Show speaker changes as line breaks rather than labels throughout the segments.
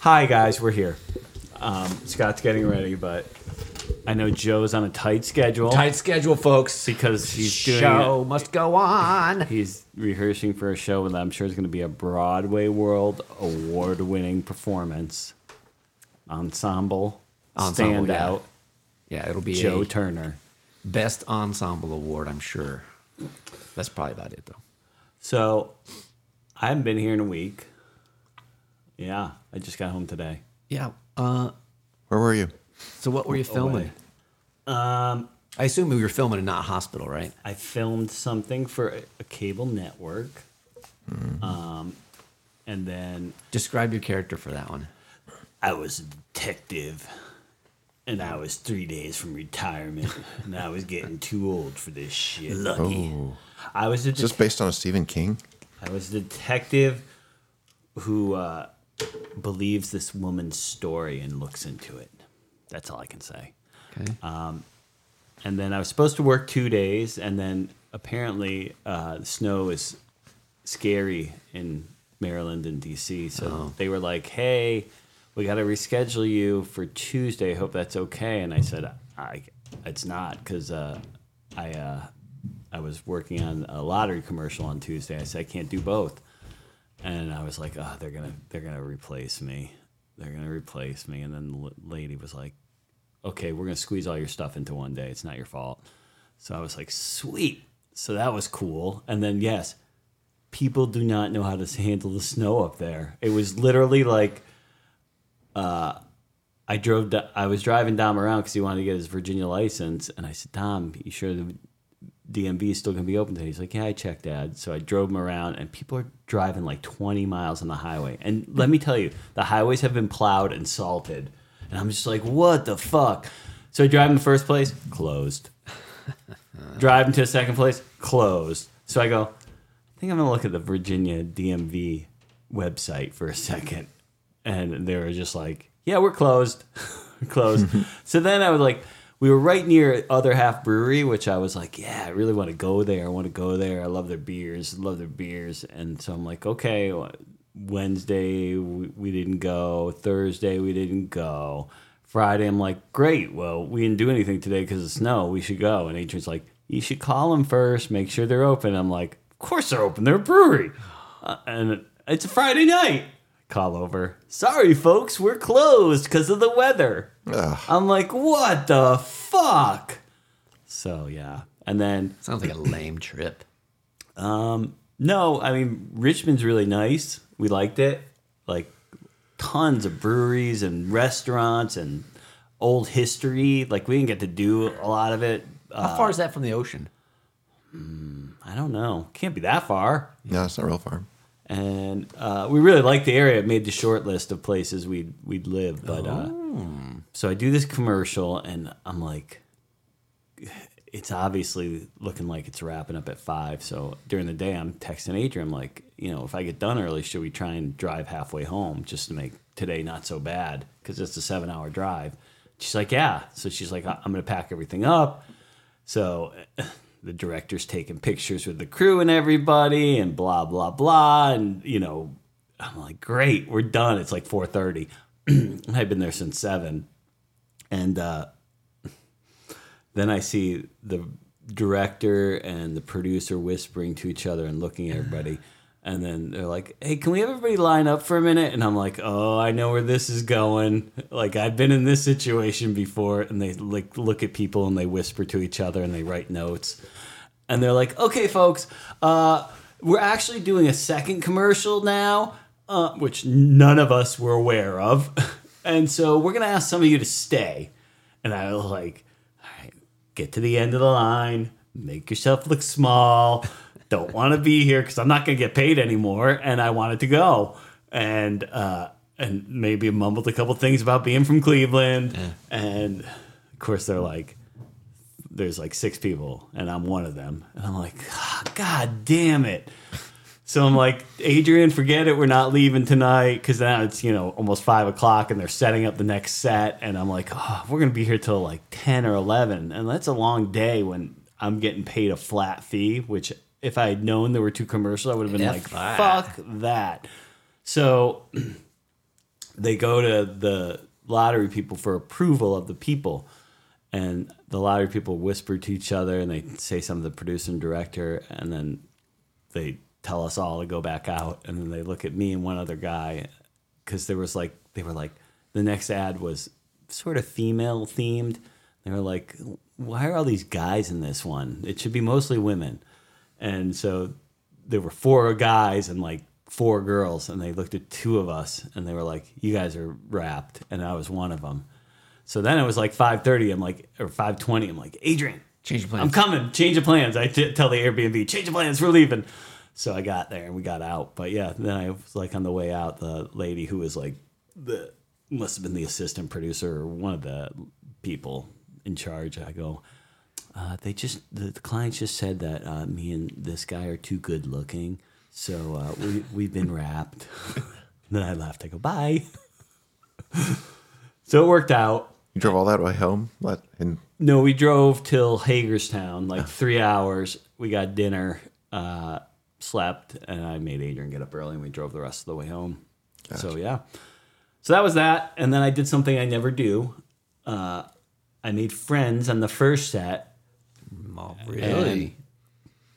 hi guys, we're here. Um, Scott's getting ready, but I know Joe's on a tight schedule
Tight schedule, folks.
because he's doing
Show must go on.
He's rehearsing for a show that I'm sure is going to be a Broadway World award winning performance. Ensemble,
Ensemble, yeah.
standout,
Yeah, it'll be
Joe
a
Turner.
best ensemble award, I'm sure. That's probably about it, though.
So I haven't been here in a week. Yeah, I just got home today.
Yeah. Uh,
Where were you?
so what were you filming?
Away.
I assume you were filming and not hospital, right?
I filmed something for a, a cable network.
Mm-hmm.
Um, and then
Describe your character for that one.
I was a detective, and I was three days from retirement, and I was getting too old for this shit. Lucky. I was a
Is this
det-
based on a Stephen King?
I was a detective who uh, believes this woman's story and looks into it. That's all I can say.
Okay.
And then I was supposed to work two days, and then apparently uh, the snow is scary in Maryland and DC. So they were like, "Hey, we got to reschedule you for Tuesday. Hope that's okay." And I said, "I, it's not because uh, I, uh, I was working on a lottery commercial on Tuesday. I said I can't do both." And I was like, "Oh, they're gonna, they're gonna replace me. They're gonna replace me." And then the l- lady was like, okay, we're going to squeeze all your stuff into one day. It's not your fault. So I was like, sweet. So that was cool. And then, yes, people do not know how to s- handle the snow up there. It was literally like, uh, I drove, do- I was driving Dom around because he wanted to get his Virginia license. And I said, Dom, you sure the DMV is still going to be open today? He's like, yeah, I checked, Dad. So I drove him around, and people are driving like 20 miles on the highway. And let me tell you, the highways have been plowed and salted. And I'm just like, what the fuck? So I drive him to first place, closed. drive him to second place, closed. So I go, I think I'm going to look at the Virginia DMV website for a second. And they were just like, yeah, we're closed. We're closed. so then I was like, we were right near Other Half Brewery, which I was like, yeah, I really want to go there. I want to go there. I love their beers. Love their beers. And so I'm like, okay, Wednesday, we, we didn't go. Thursday, we didn't go. Friday, I'm like, great. Well, we didn't do anything today because of snow. We should go. And Adrian's like, you should call them first, make sure they're open. I'm like, of course they're open. They're a brewery. Uh, and it's a Friday night. Call over. Sorry, folks, we're closed because of the weather. I'm like, what the fuck? So, yeah. And then,
Sounds like a lame trip.
no, I mean, Richmond's really nice. We liked it. Like, tons of breweries and restaurants and old history. Like, we didn't get to do a lot of it. Uh,
How far is that from the ocean?
I don't know. Can't be that far.
No, it's not real farm.
and uh, we really liked the area. It made the short list of places we'd we'd live. But uh, so I do this commercial, and I'm like, it's obviously looking like it's wrapping up at five. So during the day, I'm texting Adrian, I'm like, you know, if I get done early, should we try and drive halfway home just to make today not so bad because it's a seven hour drive. She's like, yeah. So she's like, I- I'm gonna pack everything up. So the director's taking pictures with the crew and everybody and blah blah blah and you know I'm like great we're done it's like 4:30 I've been there since 7 and uh then I see the director and the producer whispering to each other and looking at everybody. And then they're like, hey, can we have everybody line up for a minute? And I'm like, oh, I know where this is going. Like, I've been in this situation before. And they like look at people and they whisper to each other and they write notes. And they're like, okay, folks, uh, we're actually doing a second commercial now, uh, which none of us were aware of. and so we're going to ask some of you to stay. And I was like, all right, get to the end of the line, make yourself look small. Don't want to be here because I'm not going to get paid anymore, and I wanted to go. And uh, and maybe mumbled a couple things about being from Cleveland, and of course they're like, there's like six people, and I'm one of them, and I'm like, "Ah, God damn it. So I'm like, Adrian, forget it. We're not leaving tonight because now it's you know almost five o'clock, and they're setting up the next set. And I'm like, oh, we're gonna be here till like ten or eleven, and that's a long day when I'm getting paid a flat fee. Which if I had known there were two commercials, I would have been
F
like,
that.
fuck that. So they go to the lottery people for approval of the people. And the lottery people whisper to each other and they say something to the producer and director. And then they tell us all to go back out. And then they look at me and one other guy because there was like, they were like, the next ad was sort of female themed. They were like, why are all these guys in this one? It should be mostly women. And so there were four guys and like four girls, and they looked at two of us and they were like, "You guys are wrapped," and I was one of them. So then it was like five thirty. I'm like, or five twenty. I'm like, Adrian,
Change of
I'm
plans.
coming. Change of plans. I t- tell the Airbnb, change of plans. We're leaving. So I got there and we got out. But yeah, then I was like on the way out. The lady who was like the must have been the assistant producer or one of the people in charge. I go. Uh, they just the, the clients just said that uh, me and this guy are too good looking, so uh, we we've been wrapped. and then I left. I go bye. so it worked out.
You drove all that way home, let and
No, we drove till Hagerstown, like three hours. We got dinner, uh, slept, and I made Adrian get up early, and we drove the rest of the way home. So yeah, so that was that. And then I did something I never do. Uh, I made friends on the first set,
Oh, really?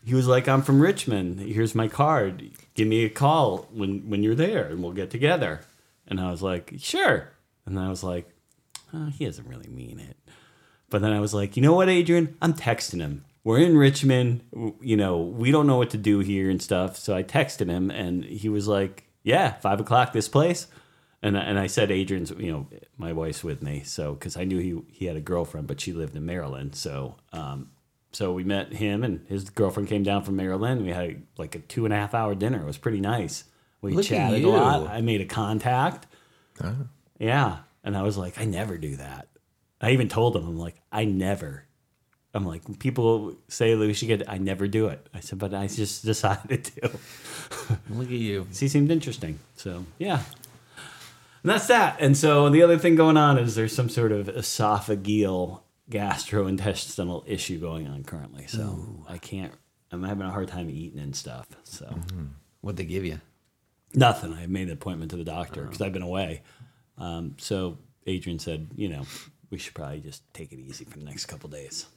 he was like, "I'm from Richmond. Here's my card. Give me a call when when you're there, and we'll get together." And I was like, "Sure." And I was like, oh, "He doesn't really mean it." But then I was like, "You know what, Adrian? I'm texting him. We're in Richmond. W- You know, we don't know what to do here and stuff." So I texted him, and he was like, "Yeah, five o'clock. This place." And I, and I said, Adrian's, you know, my wife's with me. So, because I knew he, he had a girlfriend, but she lived in Maryland. So, um, so we met him and his girlfriend came down from Maryland. We had like a two and a half hour dinner. It was pretty nice. We
Look at
chatted a
you.
lot. I made a contact. Yeah. And I was like, I never do that. I even told him, I'm like, I never. I'm like, people say that we should get, I never do it. I said, but I just decided to.
Look at you.
He seemed interesting. So yeah. And that's that. And so the other thing going on is there's some sort of esophageal gastrointestinal issue going on currently. So I can't I'm having a hard time eating and stuff. So
What'd they give you?
nothing. I made an appointment to the
Uh-huh.
doctor because I've been away. Um, so Adrian said, you know, we should probably just take it easy for the next couple days.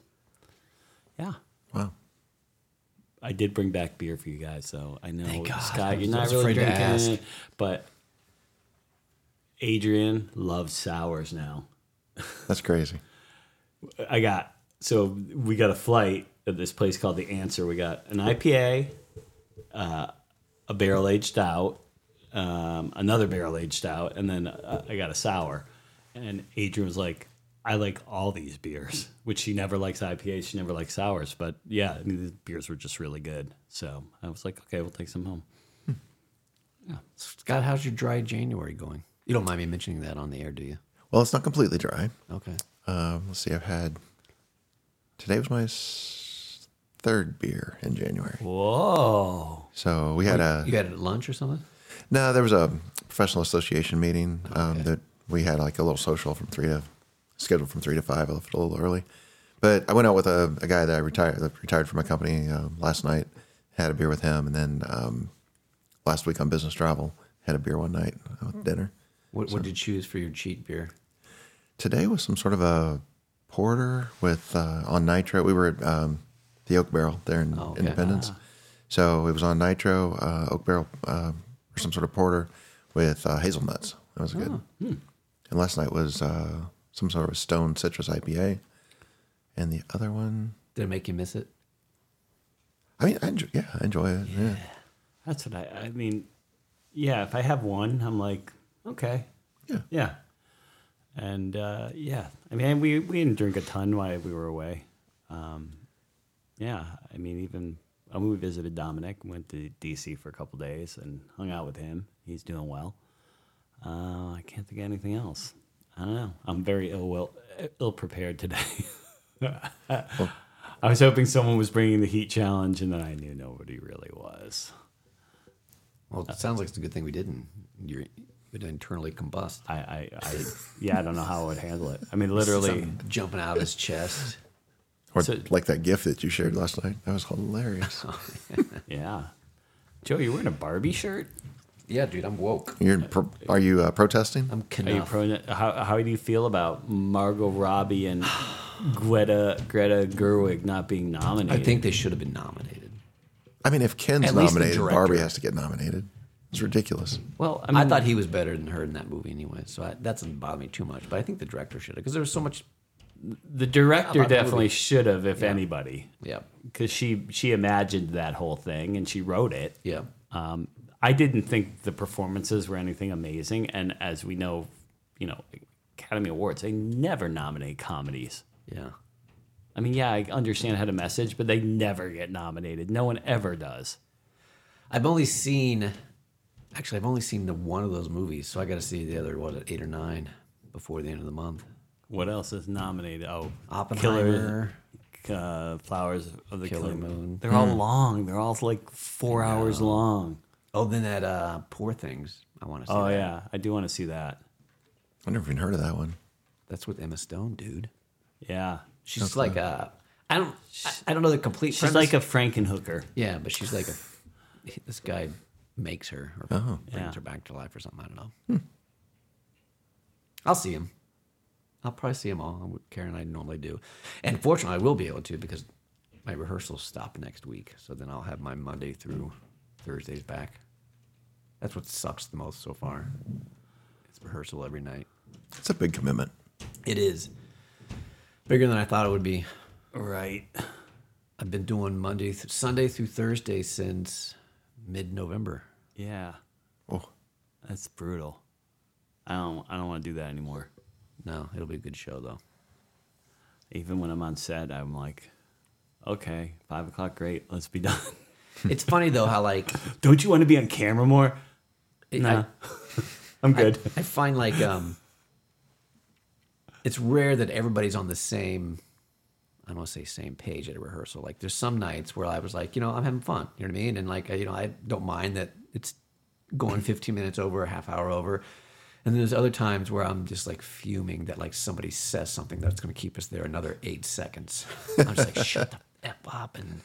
Yeah.
wow.
I did bring back beer for you guys, so I know
God. I
Scott,
was-
you're
I
not
was
really
afraid to
drinking,
ask.
it, but Adrian loves sours now.
That's crazy.
I got so we got a flight at this place called the Answer. We got an IPA, uh, a barrel aged stout, um, another barrel aged stout, and then uh, I got a sour. And Adrian was like, "I like all these beers," which she never likes IPAs. She never likes sours, but yeah, I mean, the beers were just really good. So I was like, "Okay, we'll take some home."
Scott, how's your dry January going? You don't mind me mentioning that on the air, do you?
Well, it's not completely dry.
Okay.
Um, let's see. I've had today was my s- third beer in January.
Whoa!
So we had a
You had it at lunch or something?
no. There was a professional association meeting um, that we had like a little social from three to scheduled from three to five. I left a little early, but I went out with a, a guy that I retired that retired from my company um, last night. Had a beer with him, and then um, last week on business travel had a beer one night uh, with dinner.
What, what did you choose for your cheat beer?
today was some sort of a porter with uh, on nitro. We were at um, the Oak Barrel there in
okay.
Independence, so it was on nitro uh, Oak Barrel uh, or some sort of porter with uh, hazelnuts. That was good. And last night was uh, some sort of Stone Citrus IPA, and the other one.
Did it make you miss it?
I mean, I enjoy, yeah, I enjoy it. Yeah.
That's what I. I mean, yeah. If I have one, I'm like, okay,
yeah,
Yeah. And uh, yeah, I mean, we, we didn't drink a ton while we were away. Um, yeah, I mean, even I mean, we visited Dominic, went to DC for a couple days and hung out with him. He's doing well. Uh, I can't think of anything else. I don't know. I'm very ill well ill prepared today. I was hoping someone was bringing the heat challenge, and then I knew nobody really was.
Well, it sounds like it's a good thing we didn't. You're, you'd internally combust.
I, I, I yeah, I don't know how I would handle it. I mean, literally.
Something jumping out of his chest.
or
So-
like that gift that you shared last night. That was hilarious.
Yeah. Joe, you're wearing a Barbie shirt?
Yeah, dude, I'm woke.
You're pro- are you uh, protesting?
I'm
Are you
Knuff.
pro? How, how do you feel about Margot Robbie and Greta Greta Gerwig not being
I
nominated?
think they should have been nominated.
I mean, if Ken's
At least the
nominated,
director.
Barbie has to get nominated. It's ridiculous.
Well, I,
I mean-
thought he was better than her in that movie anyway, so I, that doesn't bother me too much. But I think the director should have, because there was so much.
the director
About the
definitely
movie.
should have, if anybody,
Yeah,
because she she imagined that whole thing and she wrote it.
yeah.
Um, I didn't think the performances were anything amazing, and as we know, you know, Academy Awards they never nominate comedies.
Yeah.
I mean, yeah, I understand it had a message, but they never get nominated. No one ever does.
I've only seen, actually, I've only seen the one of those movies, so I got to see the other, what, eight or nine before the end of the month.
What else is nominated? Oh,
Oppenheimer.
Killer, uh, Flowers of the Killer,
Killer
Moon. Hmm.
Moon.
They're all long. They're all like four hours long.
Oh, then that uh, Poor Things. I want to see
Oh
that.
yeah, I do want to see that.
I've never even heard of that one.
That's with Emma Stone, dude.
Yeah,
She's like a. I don't. I, I don't know the complete.
she's like a Frankenhooker.
Yeah, but she's like a. This guy makes her or brings
Yeah.
her back to life or something. I don't know. I'll see him. I'll probably see them all. I would- Karen and I normally do, and fortunately, I will be able to because my rehearsals stop next week. So then I'll have my Monday through Thursdays back. That's what sucks the most so far. It's rehearsal every night.
It's a big commitment.
It is bigger than I thought it would be.
Right.
I've been doing Monday, th- Sunday through Thursday since mid-November.
Yeah,
Oh,
that's brutal. I don't. I don't want to do that anymore.
No, it'll be a good show though.
Even when I'm on set, I'm like, okay, five o'clock, great, let's be done.
It's funny though how like
Don't you want to be on camera more?
it-
No,
I-
I'm good.
I find like um, it's rare that everybody's on the same. I don't want to say same page at a rehearsal. Like there's some nights where I was like, you know, I'm having fun. You know what I mean? And like, I- you know, I don't mind that it's going 15 minutes over, a half hour over. And then there's other times where I'm just like fuming that like somebody says something that's going to keep us there another eight seconds. I'm just like, shut the f up and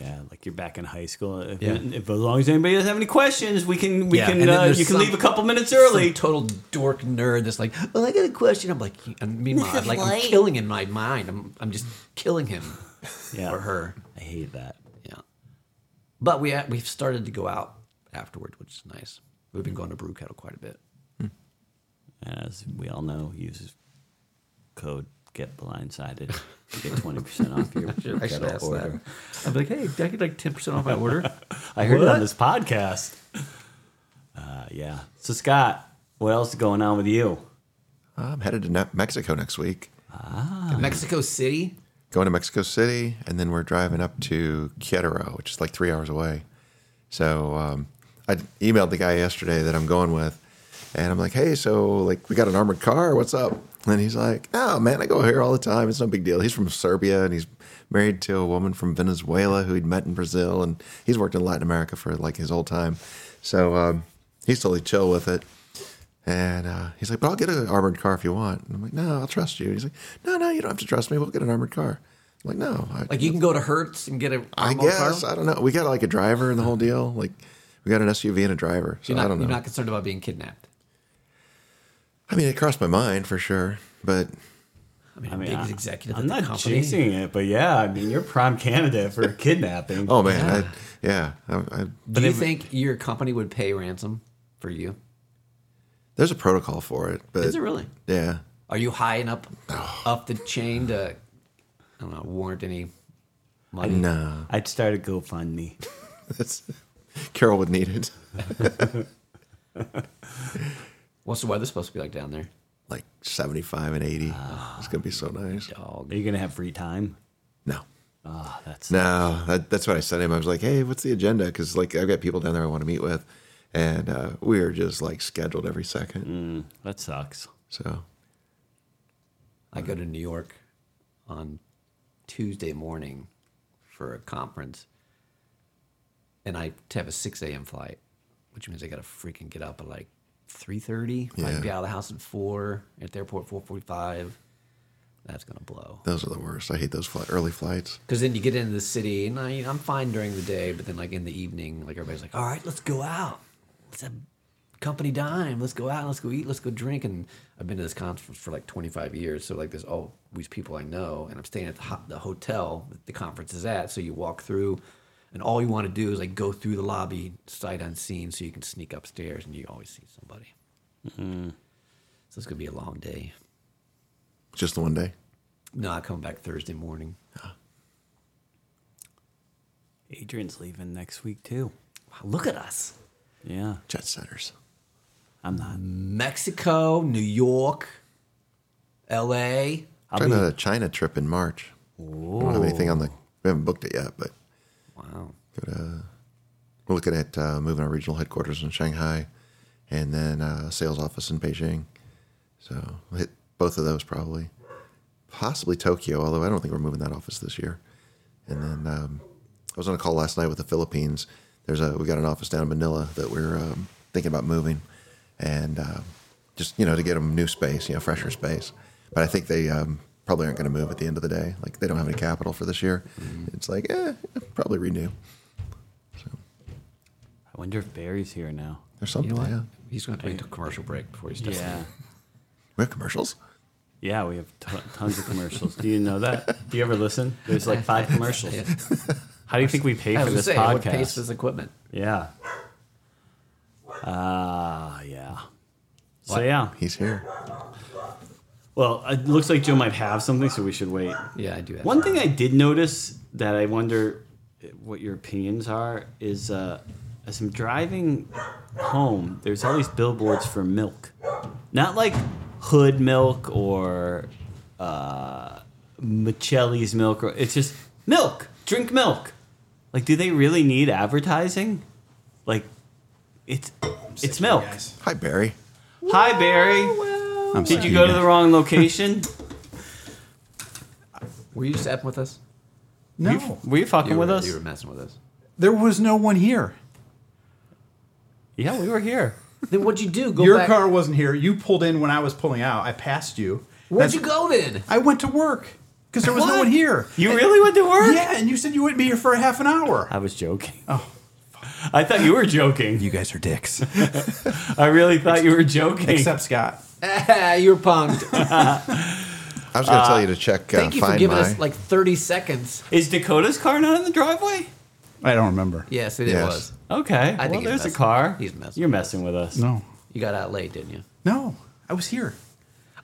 yeah, like you're back in high school. If,
Yeah.
if- as long as anybody doesn't have any questions, we can we
Yeah,
can
and then
uh,
there's
you can
some-
leave a couple minutes
early
early.
total dork nerd that's like, well, I got a question. I'm like, and meanwhile, I'm like, I'm killing in my mind. I'm, I'm just killing him
Yeah,
or her.
I hate that.
Yeah. But we uh, we've started to go out afterward, which is nice. We've been going to Brew Kettle quite a bit.
As we all know, use code get blindsided to get twenty percent off your
I should
kettle
ask
order.
that. I'm like, hey, I get like 10% off my order.
I heard it on
What?
this podcast. Uh, yeah. So Scott, what else is going on with you?
I'm headed to Ne- Mexico next week.
Mexico City.
Going to Mexico City, and then we're driving up to Querétaro, which is like three hours away. So um, I emailed the guy yesterday that I'm going with, and I'm like, "Hey, so like we got an armored car. What's up?" And he's like, "Oh man, I go here all the time. It's no big deal." He's from Serbia, and he's married to a woman from Venezuela who he'd met in Brazil, and he's worked in Latin America for like his whole time. So um, he's totally chill with it. And uh, he's like, "But I'll get an armored car if you want." And I'm like, "No, I'll trust you." He's like, "No, no, you don't have to trust me. We'll get an armored car." I'm like, "No, I,
Like you can go to Hertz and get a.
I
armored
guess
car.
I don't know. We got like a driver and the whole deal. Like we got an SUV and a driver. So
You're not,
I don't know.
You're not concerned about being kidnapped.
I mean, it crossed my mind for sure, but
I mean,
I
a
mean,
big
I-
executive.
I'm
at the
not
company.
chasing it, but yeah, I mean, you're prime candidate for kidnapping.
oh man, yeah. I, yeah I, I,
Do you think your company would pay ransom for you?
there's a protocol for it, but
Is it really?
yeah,
Are you high enough up the chain to, I don't know, warrant any money?
no.
I'd start a GoFundMe.
That's Carol would need it.
What's the weather supposed to be like down there?
Like 75 and 80.
Ah.
it's gonna be so nice.
Dog.
Are you gonna have free time?
No.
Oh, that's
No, that, that's what I sent him. I was like, "Hey, what's the agenda?" Because like I've got people down there I want to meet with, and uh, we are just like scheduled every second.
Mm.
that sucks.
So
I go to New York on Tuesday morning for a conference, and I have a 6 a.m. flight, which means I got to freaking get up at like 3.30,
Yeah.
like be out of the house at 4, at the airport 4.45. That's going to blow.
those are the worst. I hate those fly- early flights.
Because then you get into the city, and I, I'm fine during the day, but then like in the evening, like everybody's like, "All right, let's go out. Let's have company dime. Let's go out. Let's go eat. Let's go drink. And I've been to this conference for like 25 years. So like there's all these people I know, and I'm staying at the, ho- the hotel that the conference is at. So you walk through, and all you want to do is like go through the lobby sight unseen, so you can sneak upstairs, and you always see somebody. So it's gonna be a long day.
Just the one day.
No, I come back Thursday morning.
Adrian's leaving next week too.
Wow, look at us.
Yeah,
Jet setters.
I'm not.
Mexico, New York, LA.
I'll
Trying
be-
on a China trip in March. We don't have anything on the. We haven't booked it yet, but
Wow.
we're looking at uh, moving our regional headquarters in Shanghai, and then uh, sales office in Beijing. So we'll hit both of those probably, possibly Tokyo. Although I don't think we're moving that office this year. And then um, I was on a call last night with the Philippines. There's a we got an office down in Manila that we're um, thinking about moving, and uh, just you know to get them new space, you know, fresher space. But I think they um, probably aren't going to move at the end of the day. Like they don't have any capital for this year.
Mm-hmm.
It's like eh, probably renew.
I wonder if Barry's here now.
There's something.
You know what?
yeah.
He's going to take a commercial break before he starts.
Yeah,
We have commercials.
yeah. We have t- tons of commercials. Do you know that? Do you ever listen? There's like five commercials. How do you think we pay
I
for
was going to
this
say, what pays for
podcast?
this equipment?
Yeah. Ah, yeah. So yeah.
He's here.
Well, it looks like Joe might have something, so we should wait.
Yeah, I do. Have
One thing I did notice that I wonder what your opinions are is uh, as I'm driving home, there's all these billboards for milk. Not like Hood milk or uh, Michelli's milk. Or, it's just milk. Drink milk. Like, do they really need advertising? Like, it's it's milk.
Guys.
Hi Barry.
Hi, Barry.
I'm
Oh, Did you go to the wrong location?
Were you just effing with us?
No,
Were you fucking
You
with
were,
us?
You were messing with us.
there was no one here.
Yeah, we were here.
Then what'd you do? Go
Your
back.
car wasn't here. You pulled in when I was pulling out. I passed you.
Where'd
That's-
you go then?
I went to work because there was no
What?
one here.
You really went to work?
Yeah, and you said you wouldn't be here for a half an hour.
I was joking.
Oh.
I thought you were joking.
You guys are dicks.
I really thought you were joking.
Except Scott.
You're punked.
I was going to tell you to check. Uh,
Thank you
find
for giving
my.
us like 30 seconds.
is Dakota's car not in the driveway?
I don't remember.
Yes, it
Yes.
was.
Okay.
I
well,
think he's
there's
messing.
a car.
He's messing
You're messing with us.
No.
You got out late, didn't you?
No, I was here.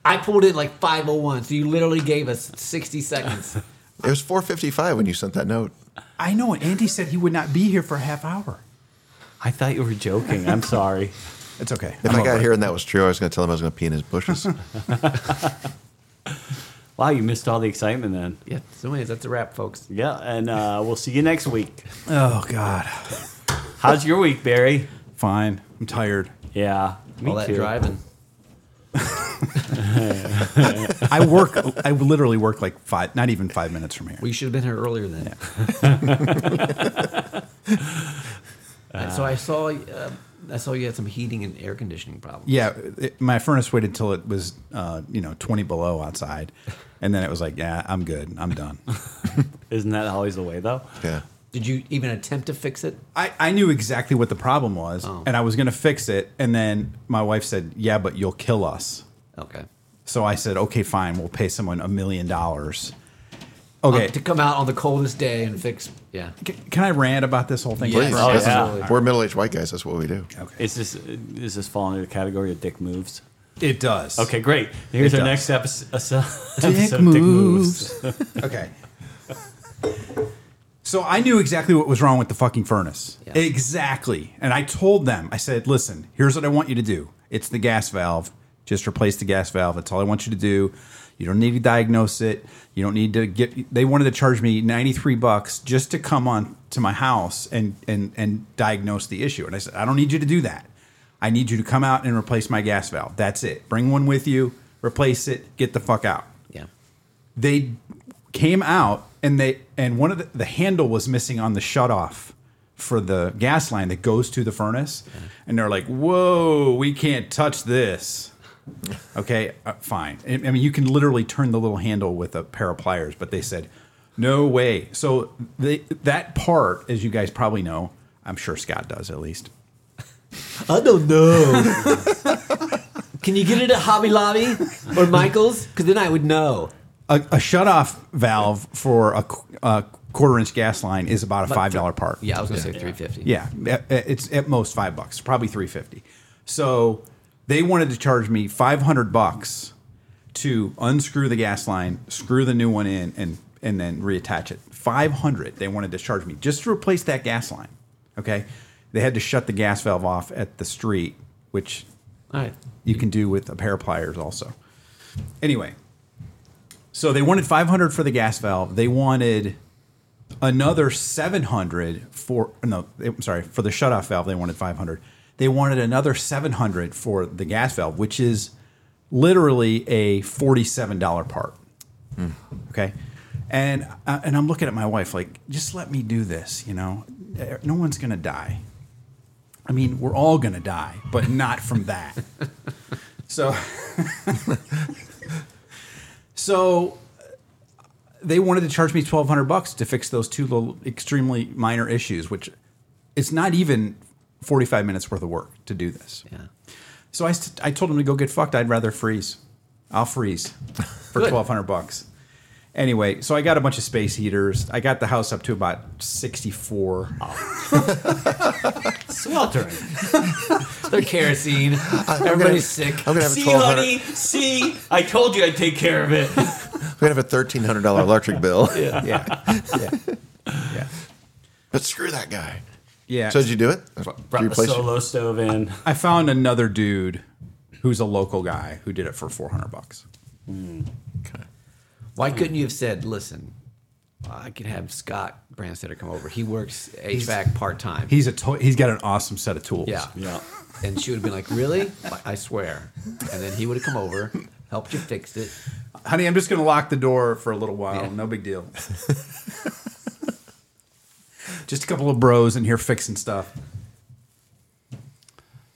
I pulled in like 501, so you literally gave us 60 seconds.
it was 4:55 when you sent that note.
I know, and Andy said he would not be here for a half hour.
I thought you were joking. I'm sorry.
It's okay.
If
I'm
I got
over it.
here and that was true, I was going to tell him I was going to pee in his bushes.
Wow, you missed all the excitement then.
yeah. So, anyways, that's a wrap, folks.
Yeah, and uh, we'll see you next week.
Oh God.
How's your week, Barry?
Fine. I'm tired.
Yeah. Me
All that
too.
driving.
I work. I literally work like five, not even five minutes from here.
We should have been here earlier then. Uh, so I saw, uh, I saw you had some heating and air conditioning problems.
Yeah, it, my furnace waited until it was, uh, you know, 20 below outside. And then it was like, yeah, I'm good. I'm done.
Isn't that always the way, though?
yeah.
Did you even attempt to fix it?
I, I knew exactly what the problem was
Oh.
and I was going to fix it. And then my wife said, yeah, but you'll kill us.
Okay.
So I said, okay, fine. We'll pay someone a million dollars.
Okay.
Okay.
Uh,
Uh,
to come out on the coldest day and fix. Yeah.
c- can I rant about this whole thing?
Please.
Oh,
This is-
yeah.
We're middle-aged white guys. That's what we do.
Okay.
Is this, is this fall under the category of dick moves?
It does.
Okay, great. Here's
It
our next
does.
episode, episode
Dick
of Dick Moves.
moves. okay. So I knew exactly what was wrong with the fucking furnace.
Yeah.
Exactly. And I told them, I said, listen, here's what I want you to do. It's the gas valve. Just replace the gas valve. That's all I want you to do. You don't need to diagnose it. You don't need to get they wanted to charge me 93 bucks just to come on to my house and and and diagnose the issue. And I said, I don't need you to do that. I need you to come out and replace my gas valve. That's it. Bring one with you, replace it, get the fuck out
Yeah.
they came out and they and one of the, the handle was missing on the shutoff for the gas line that goes to the furnace and they're like whoa we can't touch this okay uh, fine I, I mean you can literally turn the little handle with a pair of pliers but they said no way so they, that part as you guys probably know i'm sure scott does at least
I don't know. Can you get it at Hobby Lobby or Michaels? Because then I would know.
A, a shut-off valve for a, qu- a quarter-inch gas line is about a five dollar part.
Yeah, I was gonna say three fifty.
Yeah, at- at- it's at most five bucks, probably three fifty. So they wanted to charge me five hundred bucks to unscrew the gas line, screw the new one in, and and then reattach it. Five hundred they wanted to charge me just to replace that gas line. Okay, they had to shut the gas valve off at the street, which
All right.
you can do with a pair of pliers also. Anyway, so they wanted 500 for the gas valve. They wanted another 700 for no, they- I'm sorry, for the shutoff valve they wanted 500. They wanted another 700 for the gas valve, which is literally a $47 part. Okay. And uh, and I'm looking at my wife like, just let me do this, you know. Eh, No one's going to die. I mean, we're all going to die, but not from that. so So uh, they wanted to charge me 1200 bucks to fix those two little extremely minor issues, which it's not even 45 minutes worth of work to do this.
Yeah.
So I, st- I told him to go get fucked. I'd rather freeze. I'll freeze for
Good.
twelve hundred bucks. Anyway, so I got a bunch of space heaters. I got the house up to about sixty four.
sweltering.
They're kerosene.
I'm gonna-
Everybody's sick.
I'm gonna have a
See,
twelve hundred.
honey, see, I told you I'd take care of it.
I'm gonna have a thirteen hundred dollar electric bill.
Yeah, yeah, yeah.
But screw that guy.
yeah.
So did you do it? Did
Brought
you
the
replace it?
solo stove in.
I found another dude who's a local guy who did it for four hundred bucks.
Why
Hmm.
couldn't you have said, "Listen, I could have Scott Branstetter come over. He works HVAC part time."
He's a to- he's got an awesome set of tools.
Yeah.
Yeah.
And she would have been like, "Really? I swear." And then he would have come over, helped you fix it.
honey, I'm just gonna lock the door for a little while.
Yeah.
No big deal. just a couple of bros in here fixing stuff.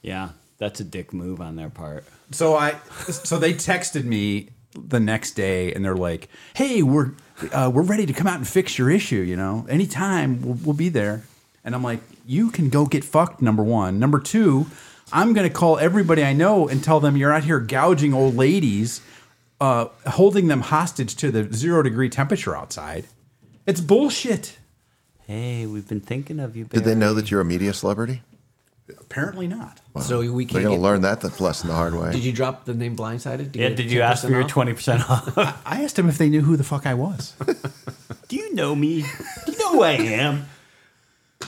Yeah, that's a dick move on their part.
So I, so they texted me the next day, and they're like, "Hey, we're uh, we're ready to come out and fix your issue. You know, anytime we'll, we'll be there." And I'm like, "You can go get fucked." Number one. Number two, I'm gonna call everybody I know and tell them you're out here gouging old ladies, uh, holding them hostage to the zero degree temperature outside. It's bullshit.
Hey, we've been thinking of you.
Did they
Barry.
know that you're a media celebrity?
Apparently not.
So we
They're
can.
gonna
Get,
learn that the lesson the hard way.
did you drop the name Blindsided? To
Yeah,
get
did you ask for
10%
your
off?
twenty percent off?
I asked them if they knew who the fuck I was.
Do you know me? Do you know who I am?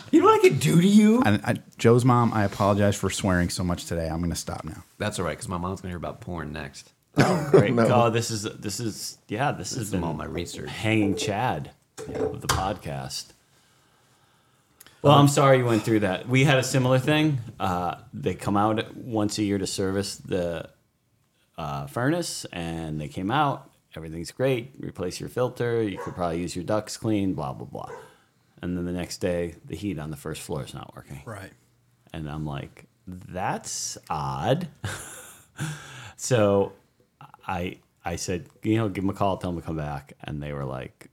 You know what I could do to you?
and I, Joe's mom, I apologize for swearing so much today. I'm gonna stop now.
That's all right, because my mom's gonna hear about porn next.
Great. Oh, this is this is yeah. This, has
From
been
all my research.
hanging Chad of the podcast. Well, I'm sorry you went through that. We had a similar thing. Uh, they come out once a year to service the uh, furnace, and they came out. Everything's great. Replace your filter. You could probably use your ducts clean. Blah blah blah. And then the next day, the heat on the first floor is not working.
Right.
And I'm like, that's odd. so I I said, you know, give him a call, tell him to come back. And they were like,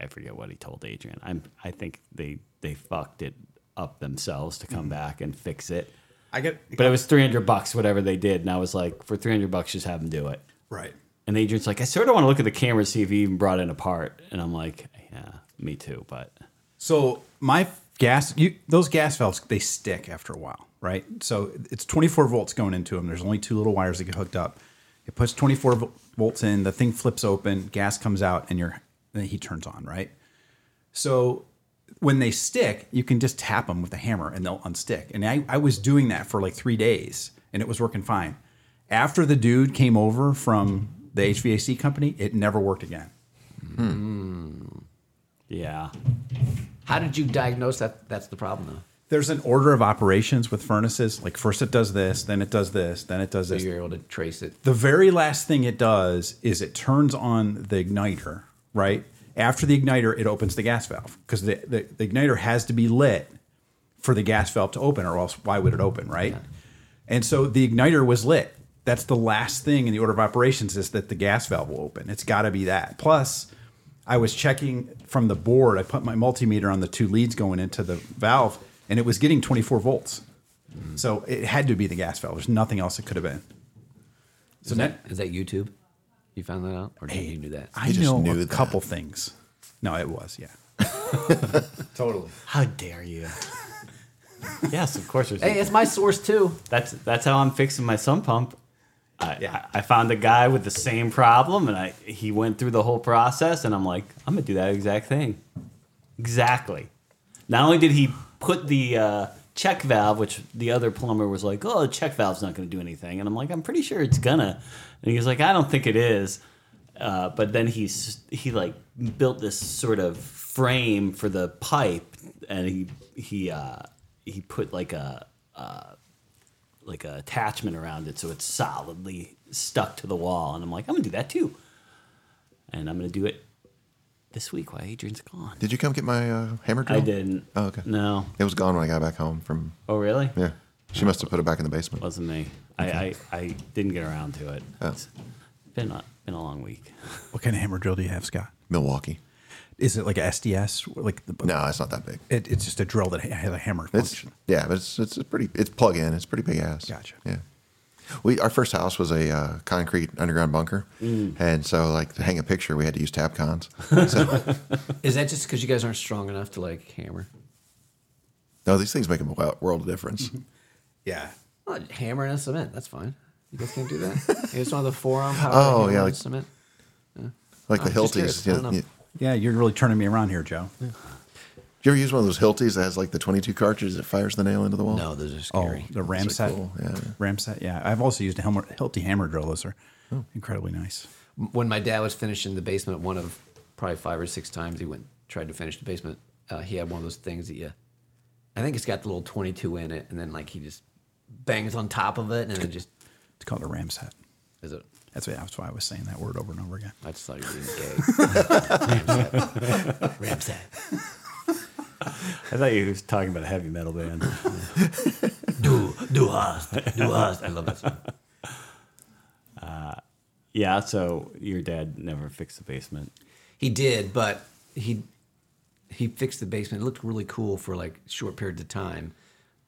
I forget what he told Adrian. I'm I think they they fucked it up themselves to come back and fix it.
I get
But it was 300 bucks, whatever they did. And I was like, for 300 bucks, just have them do it.
right.
And Adrian's like, I sort of want to look at the camera and see if he even brought in a part. And I'm like, yeah, me too. But
So my gas, you, those gas valves, they stick after a while, right? So it's 24 volts going into them. There's only two little wires that get hooked up. It puts 24 vo- volts in. The thing flips open. Gas comes out, and your then he turns on, right? So when they stick, you can just tap them with a hammer and they'll unstick. And I, I was doing that for like three days and it was working fine. After the dude came over from the HVAC company, it never worked again.
yeah,
How did you diagnose that? That's the problem, though.
There's an order of operations with furnaces. Like first it does this, then it does this, then it does
So
this.
you're able to trace it.
The very last thing it does is it turns on the igniter, right? After the igniter, it opens the gas valve because the, the, the igniter has to be lit for the gas valve to open, or else why would it open, right? And so the igniter was lit. That's the last thing in the order of operations is that the gas valve will open. It's got to be that. Plus, I was checking from the board. I put my multimeter on the two leads going into the valve, and it was getting 24 volts. So it had to be the gas valve. There's nothing else it could have been. So
that,
that,
is that YouTube? You found that out, or did you knew that?
I
just
know
knew
a
that.
couple things. No, it was yeah. totally.
How dare you? yes, of course. there's-
hey, it's my source too.
That's that's how I'm fixing my sump pump. I,
Yeah.
I, I found a guy with the same problem, and I he went through the whole process, and I'm like, I'm gonna do that exact thing. Exactly. Not only did he put the uh, check valve, which the other plumber was like, "Oh, the check valve's not gonna do anything," and I'm like, "I'm pretty sure it's gonna," and he was like, "I don't think it is." Uh, but then he's he like built this sort of frame for the pipe, and he he uh, he put like a like a attachment around it so it's solidly stuck to the wall. And I'm like, I'm gonna do that too. And I'm gonna do it this week while Adrian's gone.
Did you come get my uh, hammer drill?
I didn't.
Oh, okay.
No.
It was gone when I got back home from.
Oh really?
Yeah. She must have put it back in the basement.
Wasn't me. I, I I didn't get around to it.
Oh.
It's been a been a long week.
What kind of hammer drill do you have, Scott?
Milwaukee.
Is it like a SDS? Like the,
No, it's not that big.
it, it's just a drill that ha- has a hammer
It's
function.
yeah, but it's it's a pretty it's plug in. It's pretty big ass.
Gotcha.
Yeah. We our first house was a uh, concrete underground bunker,
Mm.
and so like to hang a picture, we had to use tab cons. So,
Is that just because you guys aren't strong enough to like hammer?
no, these things make a wo- world of difference.
Mm-hmm.
Yeah.
Well, hammer and a cement. That's fine. You guys can't do that. it's one of the forearm power.
Oh,
hammer
yeah,
and
like-
cement.
Like the
I'm just
Hilties.
curious.
You,
I don't know.
you-
Yeah, you're really turning me around here, Joe.
you ever use one of those Hilties that has like the twenty-two cartridges that fires the nail into the wall?
No, those are
Oh,
scary.
the ram
Those are
set.
cool, yeah.
Ram set. Yeah, I've also used a helmer, Hilti hammer drill. Those are
Oh.
incredibly nice.
when my dad was finishing the basement, one of probably five or six times he went tried to finish the basement. Uh, he had one of those things that you, I think it's got the little twenty two in it, and then like he just bangs on top of it, and it just
It's called a ram set.
is it.
That's why, that's why I was saying that word over and over again.
I just thought you were being gay. Ramsat.
I thought you was talking about a heavy metal band.
Do do us. Do us. I love that song.
yeah, so your dad never fixed the basement.
He did, but he he fixed the basement. It looked really cool for like short periods of time,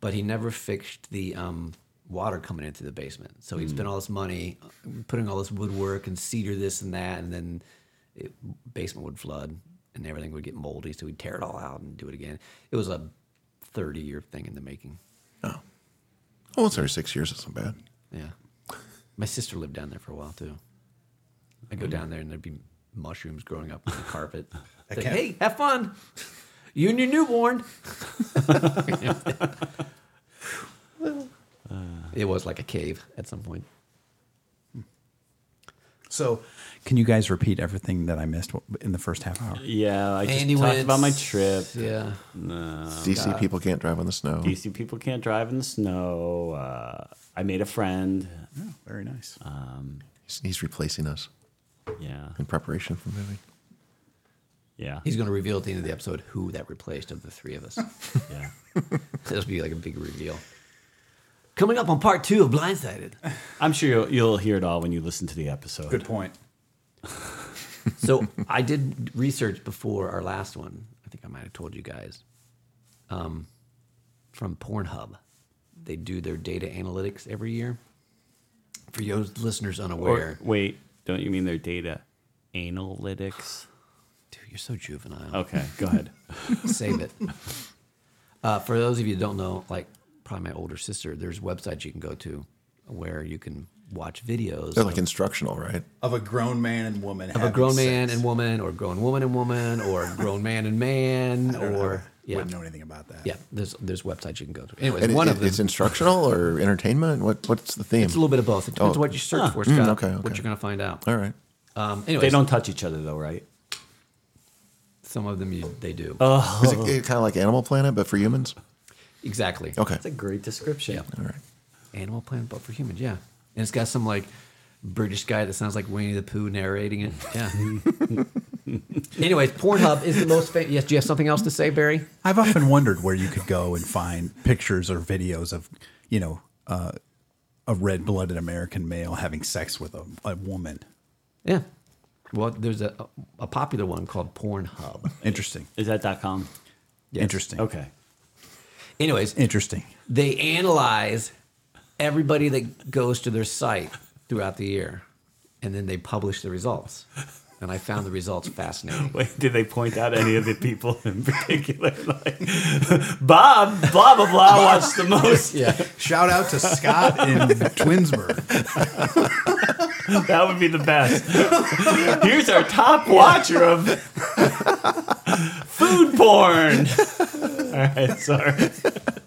but he never fixed the um, water coming into the basement. So he spent all this money uh, putting all this woodwork and cedar this and that, and then it, basement would flood and everything would get moldy. So he'd tear it all out and do it again. It was a thirty year thing in the making.
Oh, once every six years isn't bad.
Yeah, my sister lived down there for a while too. I go down there and there'd be mushrooms growing up on the carpet. It's like,
can't-
hey, have fun. You and your newborn. it was like a cave at some point.
So, can you guys repeat everything that I missed in the first half hour?
Yeah, I just
Andy
talked
went-
about my trip.
Yeah. Oh,
DC people can't drive on the snow.
DC people can't drive in the snow. Uh, I made a friend.
Oh, very nice.
He's, he's replacing us
Yeah,
in preparation for moving.
yeah,
He's going to reveal at the end of the episode who that replaced of the three of us.
yeah.
That'll be like a big reveal. Coming up on part two of Blindsided.
I'm sure you'll, you'll hear it all when you listen to the episode.
Good point.
So I did research before our last one. I think I might have told you guys. Um, from Pornhub, they do their data analytics every year. For those listeners
Or-
unaware,
wait, don't you mean their data analytics?
dude, you're so juvenile.
Okay, go ahead.
Save it. Uh, for those of you who don't know, like probably my older sister, there's websites you can go to where you can watch videos.
They're like instructional, right?
Of a grown man and woman.
of a grown man and woman, or grown woman and woman, or grown man and man, or yeah,
wouldn't know anything about that.
yeah. There's there's websites you can go to. Anyways,
And it-
one
it-
of them.
it's instructional or entertainment. What what's the theme?
It's a little bit of both. It depends
Oh.
what you search for, Scott,
okay,
what
okay.
you're going to find out.
All right.
Um, anyways,
they don't touch each other though, right?
some of them you, they do.
Is it, it kind of like Animal Planet, but for humans?
exactly.
Okay.
That's a great description.
Yeah.
All right.
Animal Planet, but for humans, yeah. And it's got some like British guy that sounds like Winnie the Pooh narrating it. Yeah. anyways, Pornhub is the most famous. Yes, do you have something else to say, Barry?
I've often wondered where you could go and find pictures or videos of, you know, uh, a red-blooded American male having sex with a, a woman.
Yeah. Well, there's a, a popular one called Pornhub.
Interesting.
Is that dot .com?
Yes.
Interesting.
Okay.
Anyways,
Interesting.
they analyze everybody that goes to their site throughout the year, and then they publish the results. And I found the results fascinating.
Wait, did they point out any of the people in particular? Like, Bob, blah, blah, blah, watched the most.
Yeah,
Shout out to Scott in Twinsburg.
That would be the best. Here's our top watcher of food porn. All right, sorry.
that,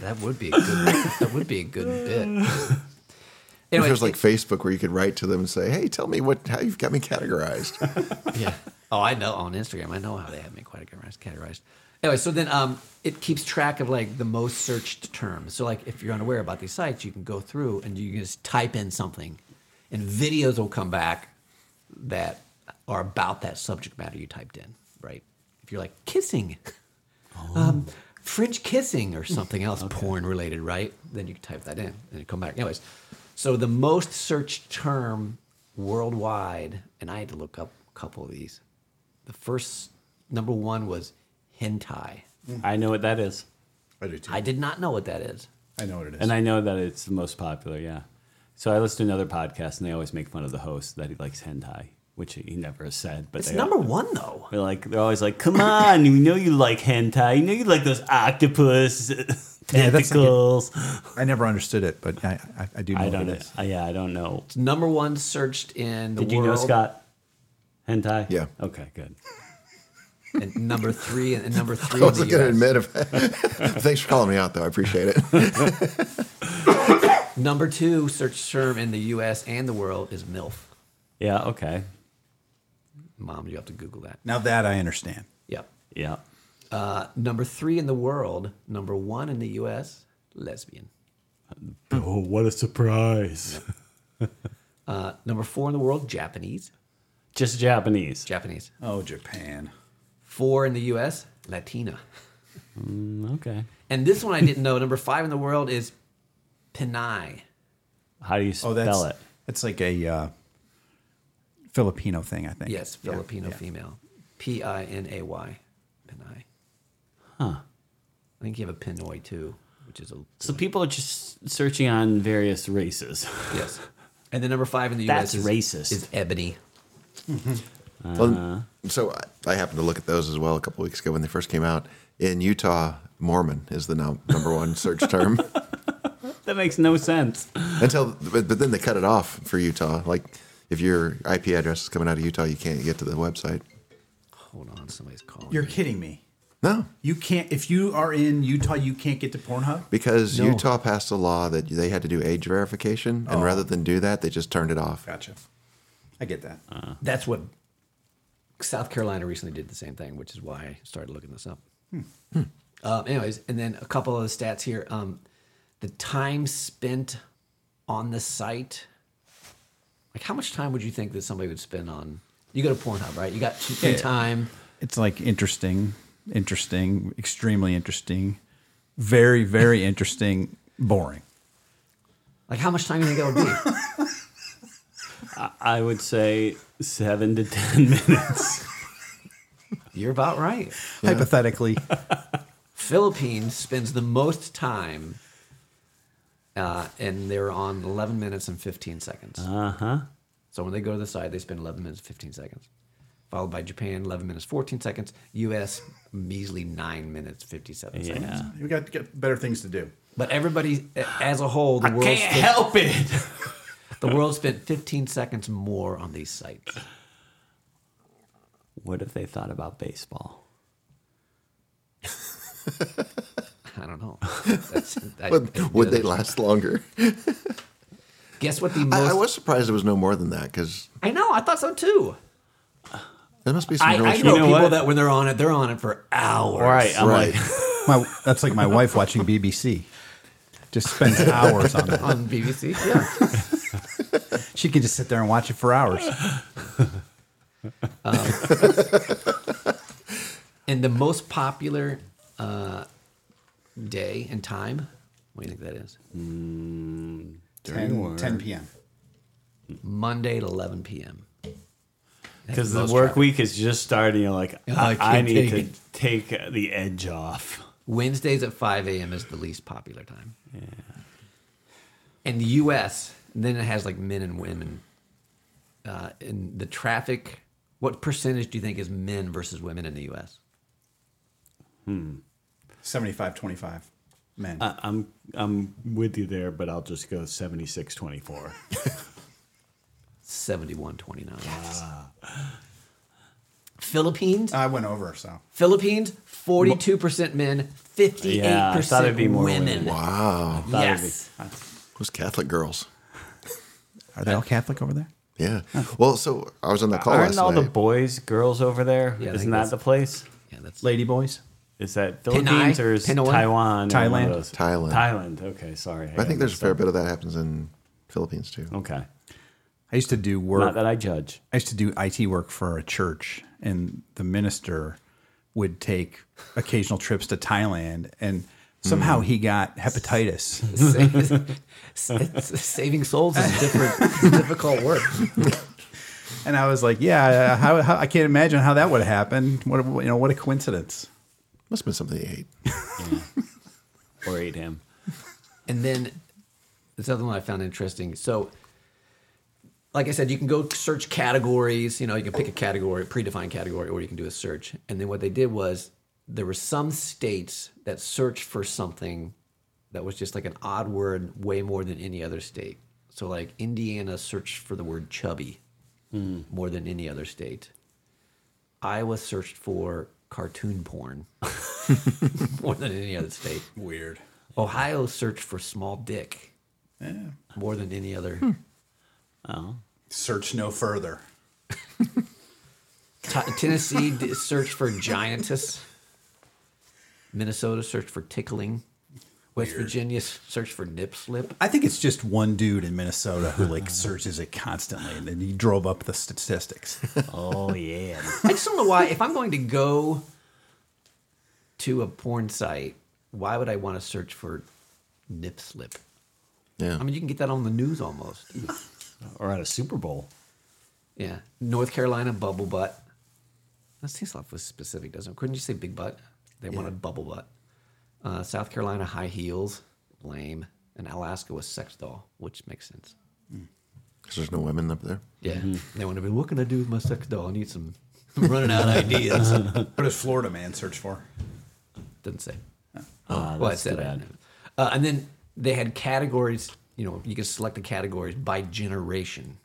that would be a good. That would be a good bit. Anyway,
There's like Facebook where you could write to them and say, "Hey, tell me what how you've got me categorized."
yeah. Oh, I know on Instagram. I know how they have me quite categorized. categorized. Anyway, so then um, it keeps track of like the most searched terms. So like if you're unaware about these sites, you can go through and you can just type in something, and videos will come back that are about that subject matter you typed in. Right? If you're like kissing,
Mm.
um, French kissing or something else porn related, right? Then you can type that in and it come back. Anyways, so the most searched term worldwide, and I had to look up a couple of these. The first number one was hentai.
I know what that is.
I do too.
I did not know what that is.
I know what it is.
And I know that it's the most popular, yeah. So I listen to another podcast and they always make fun of the host that he likes hentai, which he never has said. But
It's
they
number one though.
They're like they're always like, "Come on, we know you like hentai. You know you like those octopus
that's like it.
tentacles."
I never understood it, but I, I, I do know
I
what
don't.
it is.
I- yeah, I don't know.
It's number one searched in the
Did you
world.
know Scott hentai?
Yeah.
Okay, good.
And number three and number three.
I
in the
wasn't going to
US.
admit. If, thanks for calling me out, though. I appreciate it.
Number two search term in the U.S. and the world is MILF.
Yeah. Okay.
Mom, you have to Google that.
Now that I understand.
Yep.
Yeah.
Uh, number three in the world, number one in the U.S. Lesbian.
Oh, what a surprise!
Uh, number four in the world, Japanese.
Just Japanese.
Japanese.
Oh, Japan.
Four in the U.S. Latina.
Okay.
And this one I didn't know. Number five in the world is Pinay.
How do you
Oh,
spell
that's
it?
that's like a uh, Filipino thing, I think.
Yes,
Yeah,
Filipino
yeah.
female. P I N A Y. Pinay. Huh. I think you have a Pinoy too, which is a
So people are just searching on various races.
yes. And then number five in the U.S.
That's
is,
racist.
is ebony. Uh-huh.
Well, so I, I happened to look at those as well a couple weeks ago when they first came out. In Utah, Mormon is the num- number one search term
That makes no sense.
until, but, but then they cut it off for Utah. Like if your IP address is coming out of Utah, you can't get to the website.
Hold on, somebody's calling.
You're
me.
kidding me.
No,
You can't. If you are in Utah, you can't get to Pornhub.
because Utah passed a law that they had to do age verification, and
Oh.
rather than do that, they just turned it off.
Gotcha. I get that.
That's what South Carolina recently did the same thing, which is why I started looking this up. Um, anyways, and then a couple of the stats here. Um, the time spent on the site, like how much time would you think that somebody would spend on? You go to Pornhub, right? You got two, free
Yeah.
time.
it's like interesting, interesting, extremely interesting, very, very interesting, boring.
Like how much time do you think that would be?
I would say seven to ten minutes.
You're about right.
Hypothetically,
Philippines spends the most time, uh, and they're on 11 minutes and 15 seconds. Uh huh.
Uh-huh.
So when they go to the side, they spend 11 minutes and 15 seconds, followed by Japan, 11 minutes 14 seconds. U.S. measly nine minutes 57 seconds.
Yeah.
we got to get better things to do.
But everybody, a- as a whole, the world spent,
help it.
the world spent 15 seconds more on these sites.
What if they thought about baseball?
I don't know. That's, I- I-
Would, would they last longer?
Guess what the
I, I
most?
was surprised it was no more than that because
I know. I thought so too.
there must be some.
I,
real
I
short-
know,
You know
people
what?
that when they're on it, they're on it for hours.
All right, I'm
right.
like,
My, that's like my wife watching BBC. Just spends hours on it.
on BBC. Yeah.
She can just sit there and watch it for hours.
and the most popular uh, day and time. What do you think that is?
10, 10 p.m.
Monday at 11 p.m. That's
because the
most
work
traffic.
week is just starting. You're like,
I
I,
can't
need
take
to take the edge off.
Wednesdays at 5 a.m. is the least popular time. Yeah. In the U.S., then it has like men and women. Uh, in the traffic, what percentage do you think is men versus women in the U.S.?
75 25 men.
I, I'm I'm with you there, but I'll just go 76 24.
71 29. Philippines?
I went over, so.
Philippines, 42% men, 58%
Yeah, I thought it'd be more
women.
women.
Wow.
Thought it'd
Yes.
Those Catholic girls.
Are they all Catholic over there?
Yeah. Well, so I was on the call
Aren't
last
all the
night.
boys, girls over there?
Yeah, I
not
think
that
that's-
the place?
Yeah, that's
Lady boys?
Is that Philippines or is
Pinoy?
Taiwan? or one of
Thailand.
those?
Thailand.
Thailand. Okay, sorry.
I think
got
there's a
mixed
fair
up.
bit of that happens in Philippines too.
Okay.
I used to do
Not
work.
that I judge.
I used to do IT work for a church, and the minister would take occasional trips to Thailand, and somehow he got hepatitis.
saving souls is different, difficult work.
And I was like, "Yeah, how, how, I can't imagine how that would have happened. What a- you know? What a coincidence."
Must have been something they ate.
Or ate him.
And then this other one I found interesting. So, like I said, you can go search categories. You know, you can pick a category, predefined category, or you can do a search. And then what they did was there were some states that searched for something that was just like an odd word way more than any other state. So, like Indiana searched for the word chubby more than any other state. Iowa searched for cartoon porn more than any other state.
Weird.
Ohio searched for small dick more than any other.
Oh.
Search no further.
T- Tennessee d- searched for giantess. Minnesota searched for tickling. West Virginia s- searched for nip slip.
I think it's just one dude in Minnesota who like searches it constantly, and then he drove up the statistics.
Oh, yeah.
I just don't know why. If I'm going to go to a porn site, why would I want to search for nip slip?
Yeah.
I mean, you can get that on the news almost.
or at a Super Bowl.
Yeah, North Carolina bubble butt. That seems like was specific, doesn't it? Couldn't you say big butt? They wanted bubble butt. Uh, South Carolina high heels, lame, and Alaska was sex doll, which makes sense.
'Cause there's no women up there.
Yeah, they want to be. What can I do with my sex doll? I need some. I'm running out of ideas.
What does Florida man search for?
Doesn't say. Uh,
Ah,
Well, it
that's too
said I
bad.
didn't know. Uh, and then they had categories. You know, you could select the categories by generation.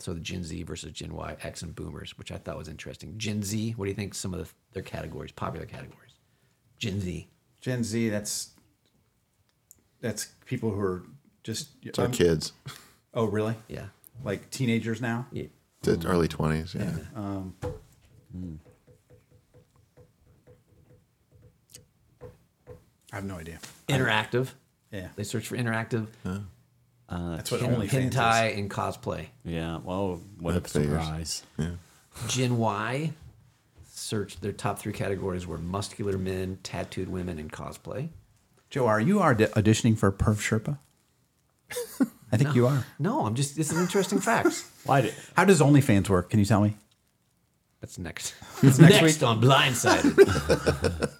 So the Gen Z versus Gen Y, X and Boomers, which I thought was interesting. Gen Z, what do you think? Some of the, their categories, popular categories. Gen Z.
Gen Z. That's that's people who are just
It's
Um,
our
I'm-
kids.
Oh, really?
Yeah.
Like teenagers now.
Yeah.
It's
hmm.
early 20s. Yeah.
I have no idea.
Interactive.
Yeah,
They search for interactive.
that's what
Only
only is.
Uh, hentai and cosplay.
Yeah. Well, what
That
a
figures.
surprise.
Gen Y searched their top three categories were muscular men, tattooed women, and cosplay.
Joe, are you are auditioning for Perv Sherpa? I think you are.
No, I'm just this is interesting facts.
Why did.
How does OnlyFans work? Can you tell me?
That's next. That's next,
next week.
on Blindsided.